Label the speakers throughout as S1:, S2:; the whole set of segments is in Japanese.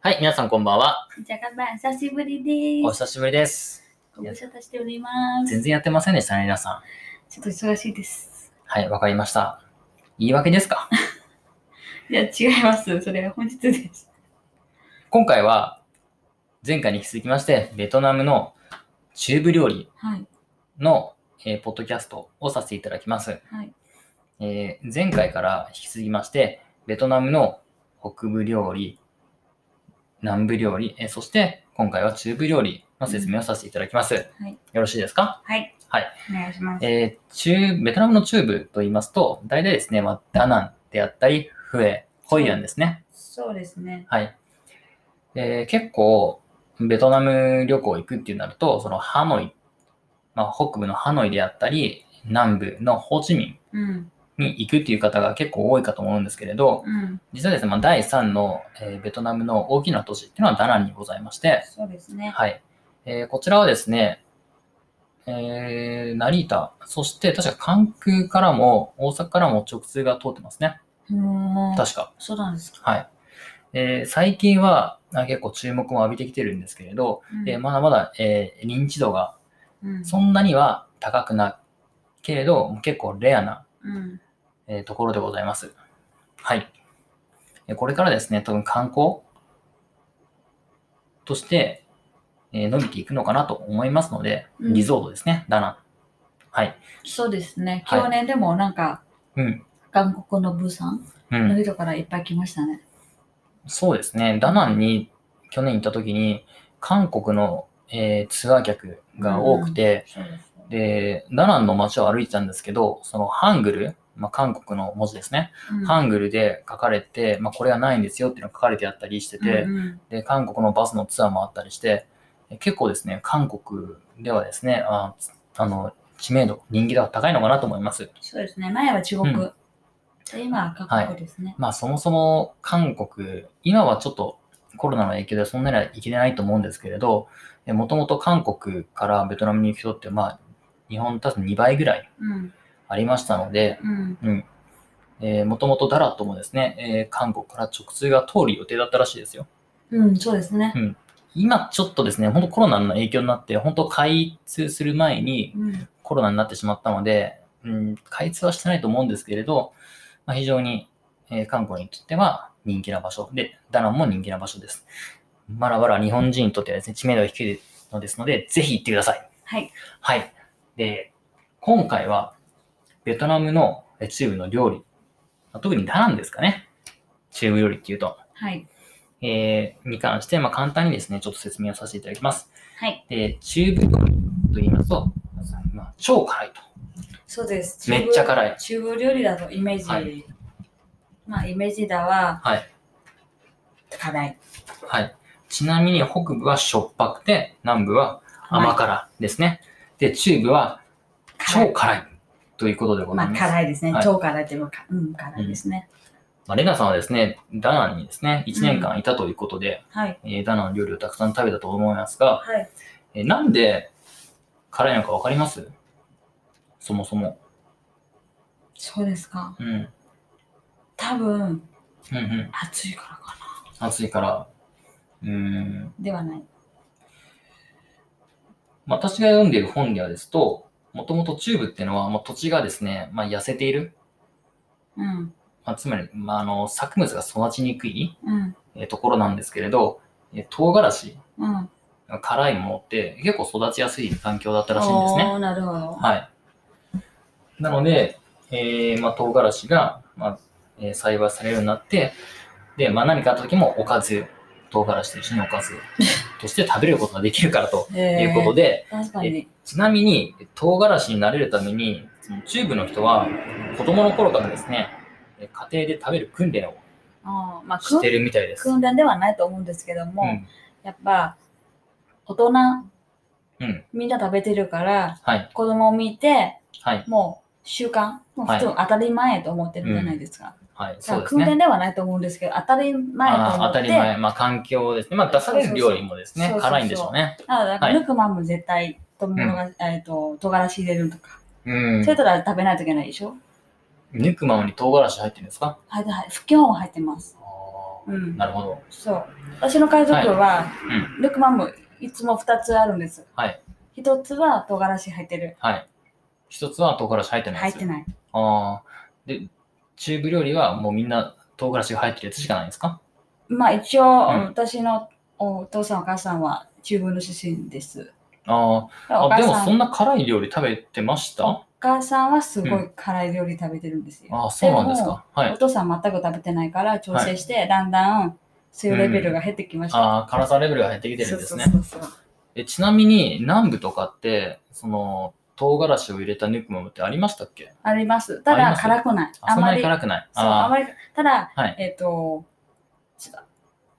S1: はい、皆さんこんばんは。
S2: じゃがばん、久しぶりで
S1: お
S2: す。
S1: 久しぶりです。
S2: ご無沙汰しております。
S1: 全然やってませんでしたね、皆さん。
S2: ちょっと忙しいです。
S1: はい、わかりました。言い訳ですか
S2: いや、違います。それは本日です。
S1: 今回は、前回に引き続きまして、ベトナムの中部料理
S2: はい。
S1: の、えーポッドキャストをさせていただきます。
S2: はい。
S1: えー前回から引き続きまして、ベトナムの北部料理、南部料理、えーそして今回は中部料理の説明をさせていただきます。
S2: うんはい
S1: よろしいですか
S2: はい。
S1: はい。
S2: お願いします。
S1: えー中、ベトナムの中部と言いますと、大体ですね、まあ、ダナンであったり、フエ、ホイアンですね。
S2: そうですね。
S1: はい。えー結構、ベトナム旅行行くってなると、そのハノイ、まあ、北部のハノイであったり、南部のホーチミ
S2: うん。
S1: ンに行くっていう方が結構多いかと思うんですけれど、
S2: うん。
S1: 実はですね、まあ、第3の、えーベトナムの大きな都市っていうのはダナンにございまして、
S2: そうですね。
S1: はい。えーこちらはですね、えー、成田、そして確か関空からも大阪からも直通が通ってますね。
S2: もう、
S1: 確か。
S2: そうなんですか。
S1: はい。えー最近はあ結構注目も浴びてきてるんですけれど、
S2: うん
S1: えーまだまだ、えー認知度が
S2: うん。
S1: そんなには高くないけれど、結構レアな、
S2: うん。
S1: えーところでございます。はい。えーこれからですね、多分観光として、えー伸びていくのかなと思いますので、
S2: うん
S1: リゾートですね、ダナン。はい。
S2: そうですね。
S1: はい
S2: 去年でもなんか、
S1: うん。
S2: 韓国のブーさん
S1: う
S2: の
S1: ん。
S2: 人からいっぱい来ましたね。
S1: そうですね、ダナンに去年行った時に、韓国の、えーツアー客が多くて、
S2: そうですね。
S1: で、ダナンの街を歩いてたんですけど、そのハングル、まあ、韓国の文字ですね。ハングルで書かれて、まあ、これはないんですよっていうのが書かれてあったりしてて、
S2: うんうん
S1: で、韓国のバスのツアーもあったりして、え結構ですね、韓国ではですね、あつあの、知名度、人気度が高いのかなと思います。
S2: そうですね。前は中国。
S1: うん
S2: で今は韓国ですね。
S1: まあ、そもそも韓国、今はちょっとコロナの影響でそんなにはいけないと思うんですけれど、もともと韓国からベトナムに行く人って、まあ、日本多分2倍ぐらい
S2: うん。
S1: ありましたので、
S2: うん。
S1: えー、もともとダラットもですね、えー韓国から直通が通る予定だったらしいですよ。
S2: うん、そうですね。
S1: 今ちょっとですね、本当コロナの影響になって、本当開通する前に
S2: うん。
S1: コロナになってしまったので、うん、開通はしてないと思うんですけれど、まあ、非常に、えー韓国にとっては人気な場所で、ダナンも人気な場所です。まだまだ日本人にとってはですね、知名度が低いのですので、ぜひ行ってください。
S2: はい。
S1: はい。で、今回は、ベトナムのえー中部の料理、まあ特にダナンですかね。中部料理っていうと、
S2: はい。
S1: えーに関して、まあ、簡単にですね、ちょっと説明をさせていただきます。
S2: はい。
S1: で、中部料理と言いますと、まあ、超辛いと。
S2: そうです。
S1: めっちゃ辛い
S2: 中国料理だとイメージ。
S1: はい
S2: まあ、イメージだは
S1: はい。
S2: 辛い。
S1: はい。ちなみに北部はしょっぱくて、南部は甘辛ですね。で、中部は
S2: 辛
S1: 超
S2: い。
S1: 辛いということでござ
S2: ま
S1: い
S2: あ、
S1: ます。
S2: 辛いですね。
S1: はい
S2: 超辛いというか、うん、辛いですね。
S1: まあ、レナさんはですね、ダナンにですね、1年間いたということで、
S2: はい。
S1: えーダナンの料理をたくさん食べたと思いますが、
S2: はい。
S1: えーなんで辛いのかわかりますそもそも。
S2: そうですか。
S1: うん。うん
S2: 多分、
S1: うん。
S2: 暑いからかな。
S1: 暑いから。うーん。
S2: ではない。
S1: 私が読んでいる本ではですと、もともと中部っていうのは、もう土地がですね、まあ、痩せている、
S2: うん。
S1: まあ、つまり、まあ、あの作物が育ちにくい、
S2: うん。
S1: えーところなんですけれど、えー唐辛子、
S2: うん。
S1: 辛いものって結構育ちやすい環境だったらしいんですね。
S2: おーなるほど。
S1: はい。なので、えーまあ、唐辛子が、まあえー栽培されるようになって、で、まあ、何かあった時もおかず、唐辛子と一緒におかずとして食べることができるからと
S2: え
S1: いうことで、
S2: 確かに。
S1: ちなみに、唐辛子になれるために、そのチューブの人は、子供の頃からですね、え家庭で食べる訓練を
S2: あーまあ、
S1: し
S2: 訓
S1: てるみたいです。
S2: 訓練ではないと思うんですけども、
S1: うん。
S2: やっぱ、大人、
S1: うん。
S2: みんな食べてるから、
S1: はい。
S2: 子供を見て、
S1: はい。
S2: もう習慣、もう普通
S1: は
S2: 当たり前と思ってるじゃないですか。
S1: はい。
S2: だか
S1: そう
S2: ら
S1: です
S2: 訓練
S1: ね。
S2: ではないと思うんですけど、当たり前と
S1: あ
S2: 思
S1: ー
S2: っ
S1: 当
S2: て。
S1: たり前。まあ、環境ですね。まあ、出される料理もですね
S2: そう、そうそう
S1: 辛いんでしょうね。
S2: だから、
S1: はい
S2: ルクマンも絶対、ともが、えっ、と、唐辛子入れるとか。
S1: うん
S2: そ。れとら食べないといけないでしょ
S1: 肉まんに唐辛子入ってるんですか
S2: はい、はい。不協和入ってます。
S1: あー
S2: うん
S1: な。るほど。
S2: そう。私の家族は、
S1: う
S2: ルクマンもいつも2つあるんです。
S1: はい。
S2: 1つは唐辛子入ってる。
S1: はい。一つは唐辛子入ってない
S2: 入
S1: や
S2: っ
S1: つ。
S2: てない。
S1: ああ。で、中部料理はもうみんな唐辛子が入ってるやつしかないんですか
S2: まあ一応、
S1: うん
S2: 私のお父さんお母さんは中国の出身です。
S1: ああ。
S2: お
S1: あ、
S2: 母
S1: でも
S2: さ
S1: そ
S2: ん
S1: んな辛い料理食べてました
S2: お母さんはすご
S1: う
S2: い辛い料理食べてるんですよ。
S1: ああ、そうなんですか。は
S2: お
S1: い。
S2: 父さんは全く食べてないから調整して、だんだんそういうレベルが減ってきました。
S1: ああ、辛さレベルが減ってきてるんですね。
S2: そうそうそうそう
S1: えちなみに南部とかって、その、唐辛子を入れたヌクマムってありましたっけ
S2: あります。
S1: あ
S2: た
S1: りま
S2: だ
S1: す
S2: 辛くない。
S1: あ
S2: あ
S1: そん
S2: ま
S1: な
S2: り
S1: に辛くない。
S2: そうあ
S1: あ
S2: まりただ、
S1: あ、はい。
S2: えっ、と、ちょっと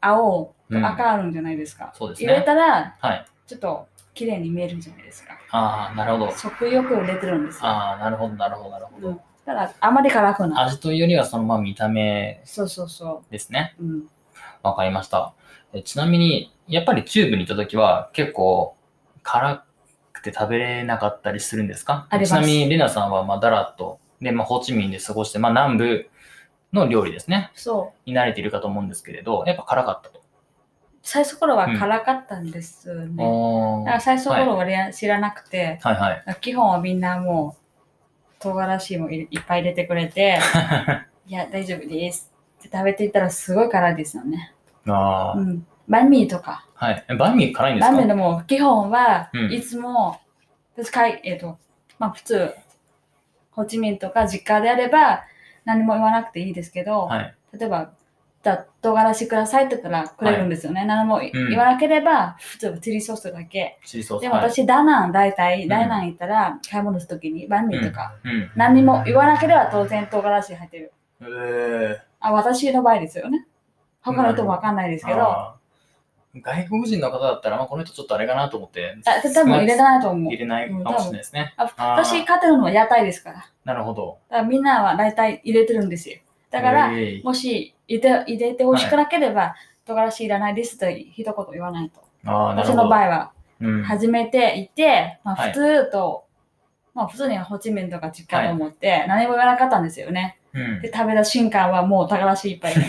S2: 青
S1: う
S2: と
S1: ん
S2: 赤あるんじゃないですか。
S1: そうです
S2: 入れ
S1: ね。
S2: たら、
S1: はい。
S2: ちょっと綺麗に見えるんじゃないですか。
S1: ああ、なるほど。
S2: 食欲を出てるんですよ。
S1: ああ、なるほど、なるほど、なるほ
S2: うん
S1: ど。
S2: ただ、あまり辛くない。
S1: 味というよりは、そのまあ見た目
S2: そうそうそ
S1: ですね。
S2: う。うん、
S1: わかりました。えちなみに、やっぱりチューブに行った時は結構辛くて食べれなかったりするんですか
S2: あります
S1: ちなみに、レナさんはまあダラッと、で、まあ、ホーチミンで過ごして、まあ、南部の料理ですね、
S2: そう。
S1: に慣れているかと思うんですけれど、やっぱ辛かったと。
S2: 最初頃は辛かったんですよね。
S1: お
S2: だから最初頃はね知らなくて、
S1: はいはい。
S2: 基本はみんなもう唐辛子もいいっぱい入れてくれて、いや、大丈夫ですって食べていったらすごい辛いですよね。
S1: あ
S2: う
S1: ー
S2: ん。バンミーとか、
S1: はい。えバンミー辛いんです
S2: ラ
S1: か
S2: ーメンでも基本は
S1: うん
S2: いつも、私かい、えっ、と、まあ普通、ホーチミンとか実家であれば何も言わなくていいですけど、
S1: はい。
S2: 例えば、じゃあ唐辛子くださいって言ったらくれるんですよね。何もい
S1: うん
S2: 言わなければ、普通はチリソースだけ。
S1: チリソース。
S2: でも
S1: はい、
S2: 私、ダナン、大
S1: う
S2: 体、
S1: ん
S2: ダナン行ったら、買い物するときに、バンミーとか、
S1: うん。うん。
S2: 何も言わなければ当然唐辛子入ってる。
S1: えー
S2: あ、私の場合ですよね。他の人もわかんないですけど、あ、
S1: あー外国人の方だったら、まあ、この人ちょっとあれかなと思って、
S2: 多分入れないと思う
S1: 入。れないかもしれないですね。
S2: あ
S1: あー
S2: 私、勝てるのは屋台ですから。だ
S1: なるほど。
S2: からみんなは大体入れてるんですよ。だから、
S1: えい
S2: もし入れて入れて美味しくなければ、唐辛子いらないですと一言言わないと。
S1: ああ、なる
S2: 私
S1: ほど。
S2: の場合は。
S1: うん、
S2: 始めていて、ま
S1: はい
S2: あ、普通と、まあ、普通にホーチミンとか実家と思って、何も言わなかったんですよね。
S1: うん
S2: で、食べた瞬間はもう宝しいっぱいで。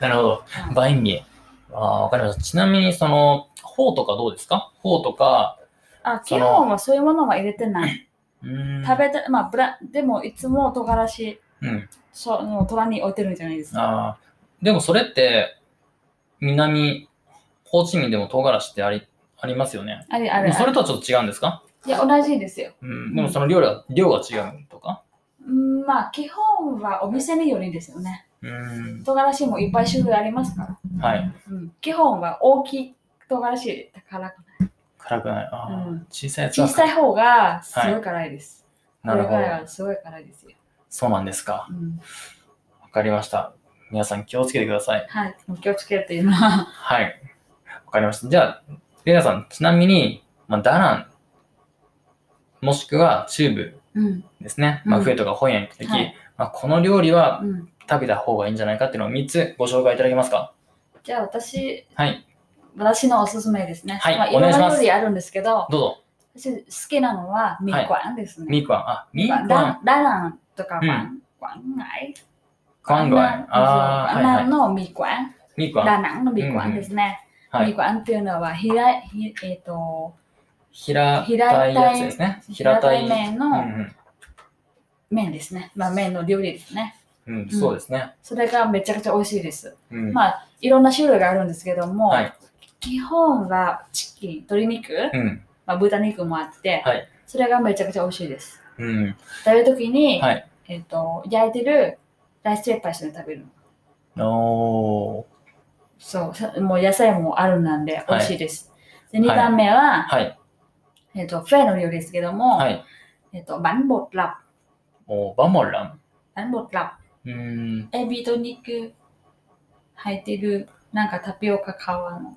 S1: なるほど。
S2: うん
S1: バインミー。ああ、わかりました。ちなみに、その、フォーとかどうですかフォーとか、
S2: あ、
S1: そ
S2: 基
S1: の
S2: 本はそういうものは入れてない。
S1: うーん
S2: 食べた、まあ、ブラ、でもいつも唐辛子、
S1: うん。
S2: そう、もう虎に置いてるんじゃないですか。
S1: ああ、でもそれって、南、ホーチミンでも唐辛子ってあり、ありますよね。
S2: あれ、あれ、
S1: それとはちょっと違うんですか
S2: いや、同じですよ。
S1: うん。でもその量が、量が違うとか
S2: うんまあ、基本はお店によりですよね。
S1: うーん。
S2: 唐辛子もいっぱい種類ありますから。
S1: はい。
S2: うん、基本は大きい唐辛子だから、
S1: 辛くない。ああ、
S2: うん
S1: 小さいやつは
S2: 小さい方がすごい辛いです。
S1: なるほ
S2: こ
S1: ど
S2: れ。ぐらいはすごい辛いですよ。
S1: そうなんですか。
S2: うん
S1: わかりました。皆さん気をつけてください。
S2: はい、もう気をつけるというのは、
S1: はい。わかりました。じゃあ、レナさん、ちなみに、まあ、ダラン、もしくはチューブ
S2: うん、
S1: ですね。まあ、
S2: うん
S1: フエとか本屋に行った時、
S2: はい
S1: まあ、この料理は
S2: うん。
S1: 食べた方がいいんじゃないかっていうのを3つご紹介いただけますか
S2: じゃあ私、
S1: はい。
S2: 私のおすすめですね。
S1: はい
S2: まあ、い
S1: お
S2: ろ
S1: 願
S2: ん
S1: いします
S2: な料理あるんですけど、
S1: どうぞ。
S2: 私好きなのは、みかんですね。
S1: ミークワン。あ、ミ
S2: ま
S1: ー
S2: あ
S1: クワン。
S2: ララランとか、
S1: うん
S2: ワン、ワンガイ。
S1: クワングワン。ああ、
S2: ワ
S1: は
S2: ン
S1: い
S2: ナン
S1: はい。
S2: のみかん、
S1: ミークワン。
S2: ラナンのみかんですね。
S1: は
S2: み
S1: い。
S2: かんっていうのは、ひら、ひえっ、と、
S1: 平たいやつですね。
S2: 平たい
S1: う
S2: 麺
S1: ん
S2: の麺ですね。まあ、麺の料理ですね。
S1: うん、うん。そうですね。
S2: それがめちゃくちゃ美味しいです。
S1: うん。
S2: まあ、いろんな種類があるんですけども、
S1: はい。
S2: 基本はチキン、鶏肉、
S1: うん。
S2: まあ、豚肉もあって、
S1: はい
S2: それがめちゃくちゃ美味しいです。
S1: うん。
S2: 食べるときに、
S1: はい
S2: えっと焼いてるライスペーパーして食べるの。
S1: おー。
S2: そうさ、もう野菜もあるなんで美味しいです。で、
S1: はい
S2: 2段目は、
S1: はい。
S2: えっとフェの料理ですけども、
S1: はい。
S2: えっとバンボッラ
S1: おーバモラン。
S2: ブ、バンボッラ
S1: うーん。
S2: ブ、エビと肉入ってる、なんかタピオカ皮の。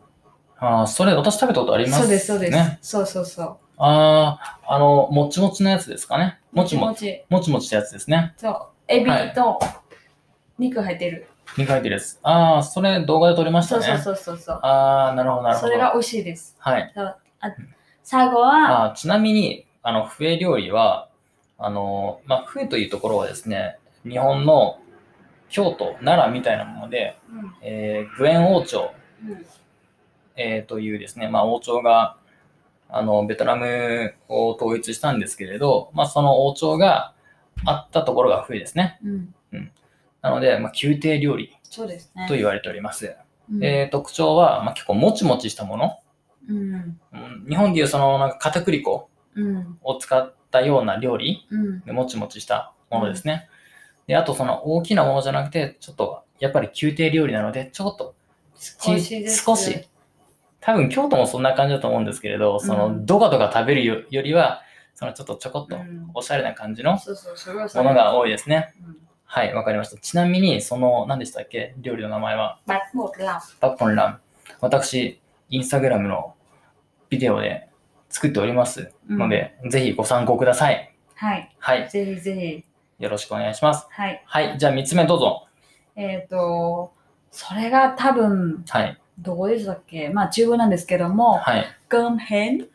S1: ああ、それ私食べたことあります、ね。
S2: そうです、そうです。
S1: ね。
S2: そうそうそう。
S1: ああ、あの、もちもちのやつですかね。もちも
S2: も
S1: ち、
S2: ち。
S1: もちもちしたやつですね。
S2: そう、エビ
S1: はい
S2: と肉入ってる。
S1: に書いてるやつ。ああ、それ動画で撮りました
S2: そう
S1: ね。
S2: そうそうそうそう。
S1: ああ、なるほど、なるほど。
S2: それが美味しいです。
S1: はい。
S2: 最後は、
S1: あーちなみに、あの、笛料理は、あの、まあ、笛というところはですね、日本の京都、奈良みたいなもので、
S2: うん
S1: えー、グエン王朝、
S2: うん
S1: えーというですね、まあ、王朝があのベトナムを統一したんですけれど、まあ、その王朝があったところが冬ですね。
S2: うん、
S1: なので、まあ、宮廷料理
S2: そうですね。
S1: と言われております。
S2: うん
S1: で特徴は、まあ、結構もちもちしたもの。
S2: うん
S1: うん日本でいうそのなんか片栗粉
S2: うん
S1: を使ったような料理
S2: うん
S1: でもちもちしたものですね。で、あとその大きなものじゃなくて、ちょっとやっぱり宮廷料理なので、ちょっと
S2: 少しです
S1: 少し。多分京都もそんな感じだと思うんですけれど、そのドカドカ食べるよよりは、そのちょっとちょこっと
S2: うん
S1: おしゃれな感じのも
S2: そうそうそれはそれ
S1: のが多いですね。
S2: うん
S1: はい、わかりました。ちなみに、その、何でしたっけ料理の名前は、
S2: バッモーラ
S1: バッポンラン。私、インスタグラムのビデオで作っております
S2: うん
S1: ので、ぜひご参考ください。
S2: はい
S1: はい、
S2: ぜひぜひ
S1: よろしくお願いします。
S2: はい
S1: はい、じゃあ3つ目どうぞ。
S2: えっ、とそれが多分
S1: はい、
S2: どこでしたっけまあ中国なんですけども
S1: はい。
S2: ゴンヘン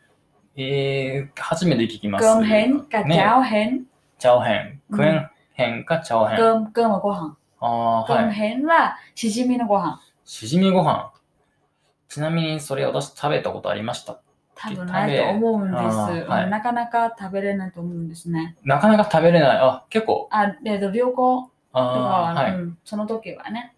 S1: えー、初めて聞きます。
S2: ゴンヘンかジャ
S1: ね、
S2: オヘン
S1: チャオヘン。
S2: うん
S1: クエンヘンかチャオヘン。あ
S2: ゴンゴンはご飯
S1: あー、
S2: ゴン
S1: はい。
S2: ヘンはしじみのご飯
S1: しじみご飯。ちなみにそれ私食べたことありました。
S2: 多分ないと思うんです、
S1: 食べあーはい
S2: うんなかなか食べれないと思うんですね
S1: なかなか食べれない。あ、結構。
S2: あえっと旅行とかは
S1: ああ、はい、
S2: うん、その時はね、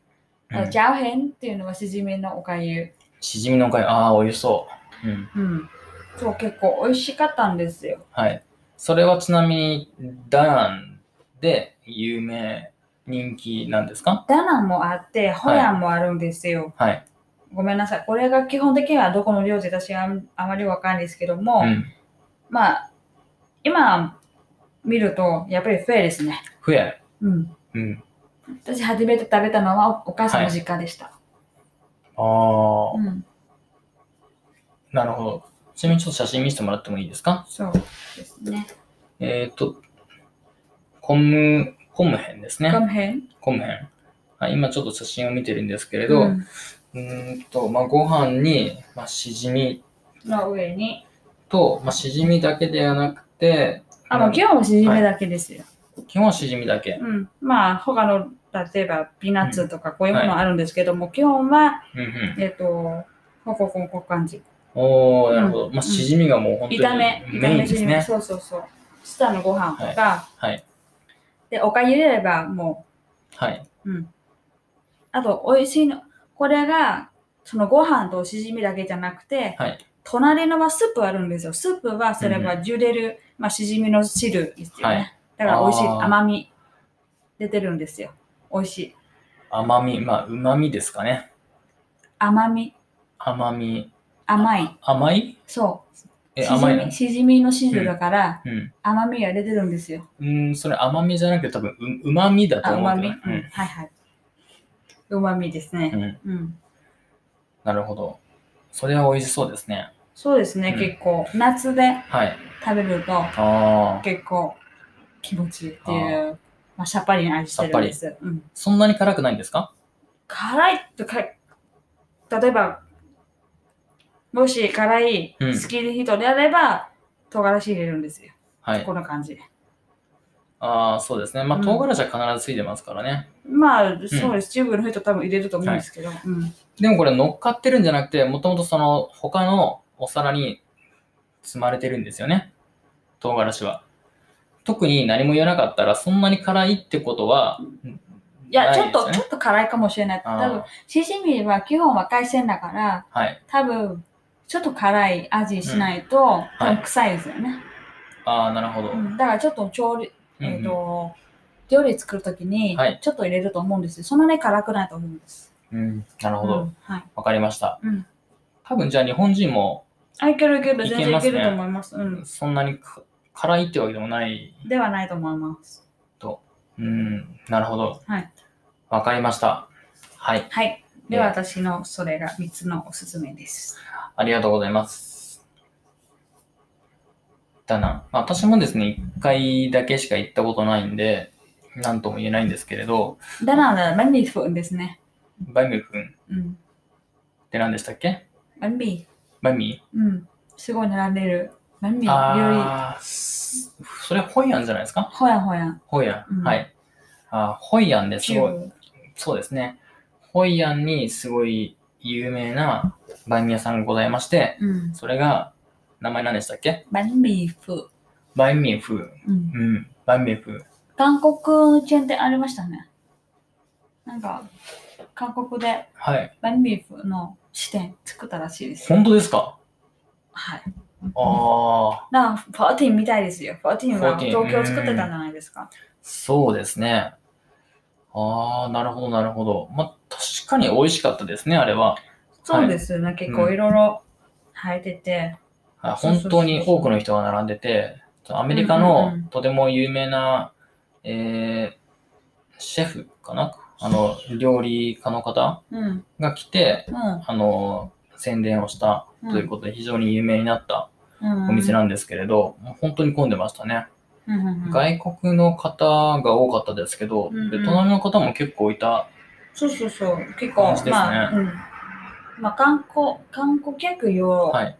S1: うん
S2: ジャオヘンっていうのはしじみのおかゆ
S1: しじみのおかゆ。ああ、美味しそう。うん。
S2: うん。そう、結構美味しかったんですよ。
S1: はい。それはちなみに、ダナンで有名、人気なんですか
S2: ダナンもあって、ホヤンもあるんですよ。
S1: はい。
S2: ごめんなさい。これが基本的にはどこの料理で私はあんあまりわかんないですけども、
S1: うん。
S2: まあ、今見ると、やっぱりフェですね。
S1: ふえ。
S2: うん。
S1: うん。
S2: 私初めて食べたのはおお母さんの実家でした。
S1: ああ、
S2: うん。
S1: なるほど。ちなみにちょっと写真見せてもらってもいいですか
S2: そうですね。
S1: えっ、と、コム、コム編です
S2: こ
S1: ね。
S2: の辺
S1: コム編。はい、今ちょっと写真を見てるんですけれど、
S2: う
S1: うんーんと、まあ、ご飯に、まあ、しじみ
S2: の上に。
S1: と、まあ、しじみだけではなくて、
S2: あ、もう
S1: 基
S2: 今日もしじみだけですよ。
S1: 本基本はしじみだけ。
S2: うん。まあ、他の、例えばピーナッツとかこういうものあるんですけども、基本は
S1: うんうん。
S2: えっ、と、ここここ感じ。
S1: おー、なるほど。まあ、
S2: うん
S1: しじみがもう本当に
S2: 炒め、炒
S1: メイン
S2: め
S1: です
S2: しめ、
S1: ね。
S2: そうそうそう。下のご飯とか、
S1: はい。
S2: で、おかゆ入れればも
S1: はい。
S2: う、うん。あと、美味しいの。これが、そのご飯としじみだけじゃなくて、
S1: はい。
S2: 隣のはスープあるんですよ。スープはそれは茹でる、まあ、しじみの汁ですよね。
S1: はい
S2: だから美味しい。
S1: あー
S2: 甘み出てるんですよ。美味しい。
S1: 甘み、まあ、旨みですかね。
S2: 甘み、
S1: 甘み。
S2: 甘い。
S1: 甘い
S2: そ
S1: え、
S2: う。
S1: 甘い
S2: しじ
S1: の
S2: みしじみの汁だから、
S1: うん。
S2: 甘みが出てるんですよ。
S1: うん、それ甘みじゃなくて多分、うまみだと
S2: あ、う
S1: 思
S2: ま
S1: うけ
S2: み、う
S1: ど。
S2: ん、はいはい。うまみです
S1: う
S2: ね。
S1: ん。うん
S2: うん。
S1: なるほど。それは美味しそうですね。
S2: そうですね、
S1: うん
S2: 結構。夏で
S1: はい。
S2: 食べると
S1: ああ。
S2: 結構気持ちいいっていう、まあ、さっぱりな味してるんです。うん、
S1: そんなに辛くないんですか
S2: 辛いとか、例えば、もし辛い
S1: うん
S2: 好きな人であれば、唐辛子入れるんですよ。
S1: はい。
S2: こんな感じで。
S1: ああ、そうですね。まあ、
S2: うん
S1: 唐辛子は必ずついてますからね。
S2: まあ、そうです。チューブの人多分入れると思うんですけど。うん
S1: でもこれ乗っかってるんじゃなくて、もともとその他のお皿に積まれてるんですよね。唐辛子は。特に何も言わなかったら、そんなに辛いってことは、
S2: いや、
S1: な
S2: ちょっ
S1: です
S2: と、
S1: よ
S2: ち
S1: ね
S2: ょっと辛いかもしれない。多分
S1: あ、
S2: シジミは基本は海鮮だから、
S1: ーはい。
S2: 多分ちょっと辛い味しないと、多分臭いですよね、
S1: ああ、なるほど。
S2: うんだからちょっと調理、
S1: うんうん
S2: えっ、と料理作るときに
S1: はい
S2: ちょっと入れると思うんですよそんなに辛くないと思うんです
S1: うん、なるほど。
S2: う
S1: わ、
S2: んはい
S1: かりました。
S2: うん
S1: 多分じゃあ日本人も
S2: あいけるいける
S1: いけ
S2: 全然
S1: ま
S2: い
S1: すね
S2: けると思いますうん
S1: そんなにか辛いってわけでもない
S2: ではないと思います
S1: うん、なるほど。
S2: はい。
S1: わかりました。はい。
S2: はいで
S1: え
S2: は
S1: ー
S2: 私のそれが3つのおすすめです
S1: ありがとうございます。だな。まあ私もですね、一回だけしか行ったことないんで、なんとも言えないんですけれど、
S2: だからバンビーフンですね
S1: バイミフンっ
S2: うん
S1: て何でしたっけ
S2: バンビ
S1: バイミ
S2: ーうんすごい並んでるバンビー料理
S1: ああ、すそれホイアンじゃないですか
S2: ほやほや
S1: ホイアン。
S2: うん
S1: はい。あーホイアンです
S2: チ
S1: ご
S2: ュ
S1: い。
S2: ー
S1: そうですね。ホイアンにすごい有名なバンミヤさんがございまして、
S2: うん。
S1: それが、名前何でしたっけ
S2: バンミーフ。
S1: バインミーフー。
S2: うん。
S1: うん、バインミーフー。
S2: 韓国のチェーン店ありましたね。なんか、韓国で
S1: はい。
S2: バンミーフの支店作ったらしいです。
S1: 本当ですか
S2: はい。
S1: ああ、
S2: なフォーティンみたいですよ。フォーティンは
S1: 14
S2: 東京を作ってたんじゃないですか。
S1: そうですね。ああ、なるほど、なるほど。まあ、確かに美味しかったですね、あれは。
S2: そうですよね。結構いろいろ生えてて。
S1: あ
S2: そうそ
S1: 本
S2: うそう
S1: 当に多くの人が並んでて、アメリカ
S2: うんうんう
S1: の
S2: ん
S1: とても有名な、えーシェフかなあの、料理家の方
S2: うん。
S1: が来て、
S2: うん。
S1: あの、宣伝をした
S2: うん
S1: ということで非常に有名になった
S2: うん。
S1: お店なんですけれど、もう本当に混んでましたね。
S2: うんうんうん
S1: 外国の方が多かったですけど、
S2: うんうん
S1: ベトナムの方も結構いた。
S2: そうそうそう。結構、
S1: 感じですね
S2: まあ、うん。まあ、観光、観光客用
S1: はい。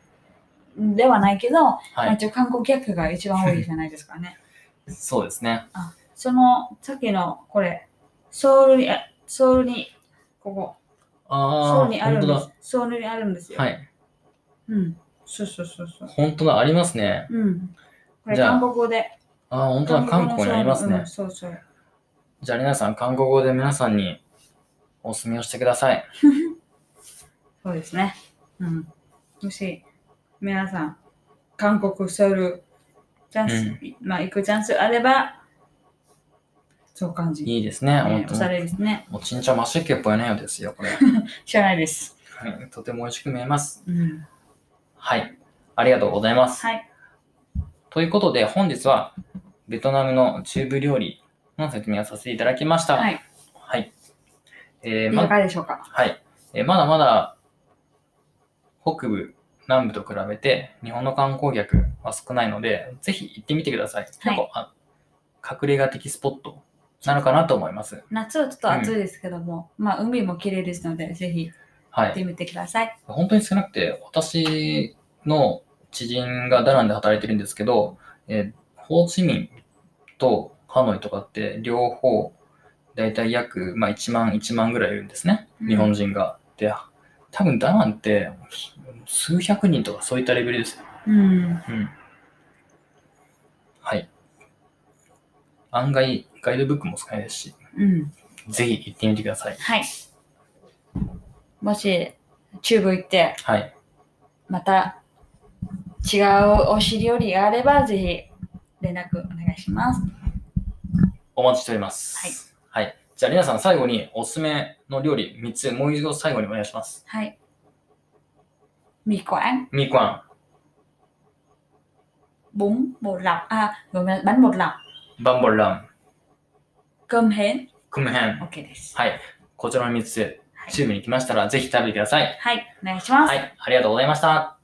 S2: ではないけど、ま
S1: は
S2: あ
S1: い。
S2: 一応観光客が一番多いじゃないですかね。
S1: そうですね。
S2: その、さっきの、これ、ソウルに、あソウルに、ここ、ソウ
S1: ああ、
S2: ルにあ
S1: 本
S2: る
S1: 当
S2: んです
S1: だ。。
S2: ソウルにあるんですよ。
S1: はい。
S2: うん。そうそうそうそう。
S1: 本当だ、ありますね。
S2: うん。これ、
S1: じゃあ
S2: 韓国語で。
S1: ああ、本当だ、韓国にありますね。
S2: うんそうそう。
S1: じゃあ、皆さん、韓国語で皆さんにお勧めをしてください。
S2: そうですね。うん。もし、皆さん、韓国、ソウル、チャンス、まあ、行くチャンスあれば、そう感じ。
S1: いいですね。
S2: ね
S1: 本当
S2: おしゃれですね。
S1: もう、ちんちゃましっけっぽいよです よ、これ。
S2: 知らないです。
S1: はい。とても美味しく見えます。
S2: うん。
S1: はい。ありがとうございます。
S2: はい。
S1: ということで、本日は、ベトナムの中部料理の説明をさせていただきました。。
S2: はいい。
S1: はい。えー
S2: い
S1: ま
S2: かがでしょうか。
S1: はい。えーまだまだ北部、南部と比べて日本の観光客は少ないので、ぜひ行ってみてください。
S2: はい
S1: なんかあ隠れ家的スポットなのかなと思います。
S2: 夏はちょっと暑いですけども、まあ、海も綺麗ですので、ぜひ
S1: は
S2: 行って
S1: い。
S2: みてください。
S1: 本当に少なくて、私の知人がダナンで働いてるんですけど、えーホーチミンとハノイとかって両方、だいたい約、まあ、1万、1万ぐらいいるんですね。日本
S2: 人。
S1: 人が。で、多分ダナンって数百人とかそういったレベルですよ。
S2: うん。
S1: うん。はい。案外、ガイドブックも使えるし、
S2: うん。
S1: ぜひ行ってみてください。
S2: はい。もし、中部行って、
S1: はい。
S2: また違うおし料理があればぜひ連絡お願いします。
S1: お待ちしております。はい。じゃあ、皆さん最後におすすめの料理3つ、もう一度最後にお願いします。
S2: はい。ミコアン、
S1: ミークワ
S2: ボン、ボラン、あ、ごめん、バンボラ
S1: ン、バンボルラン、
S2: ン、ゴムヘン、
S1: クムヘン。
S2: OK です。
S1: はい。こちらの3つ
S2: は、い
S1: チューブに来ましたらぜひ食べてください。
S2: はい、お願いします。
S1: はい。ありがとうございました。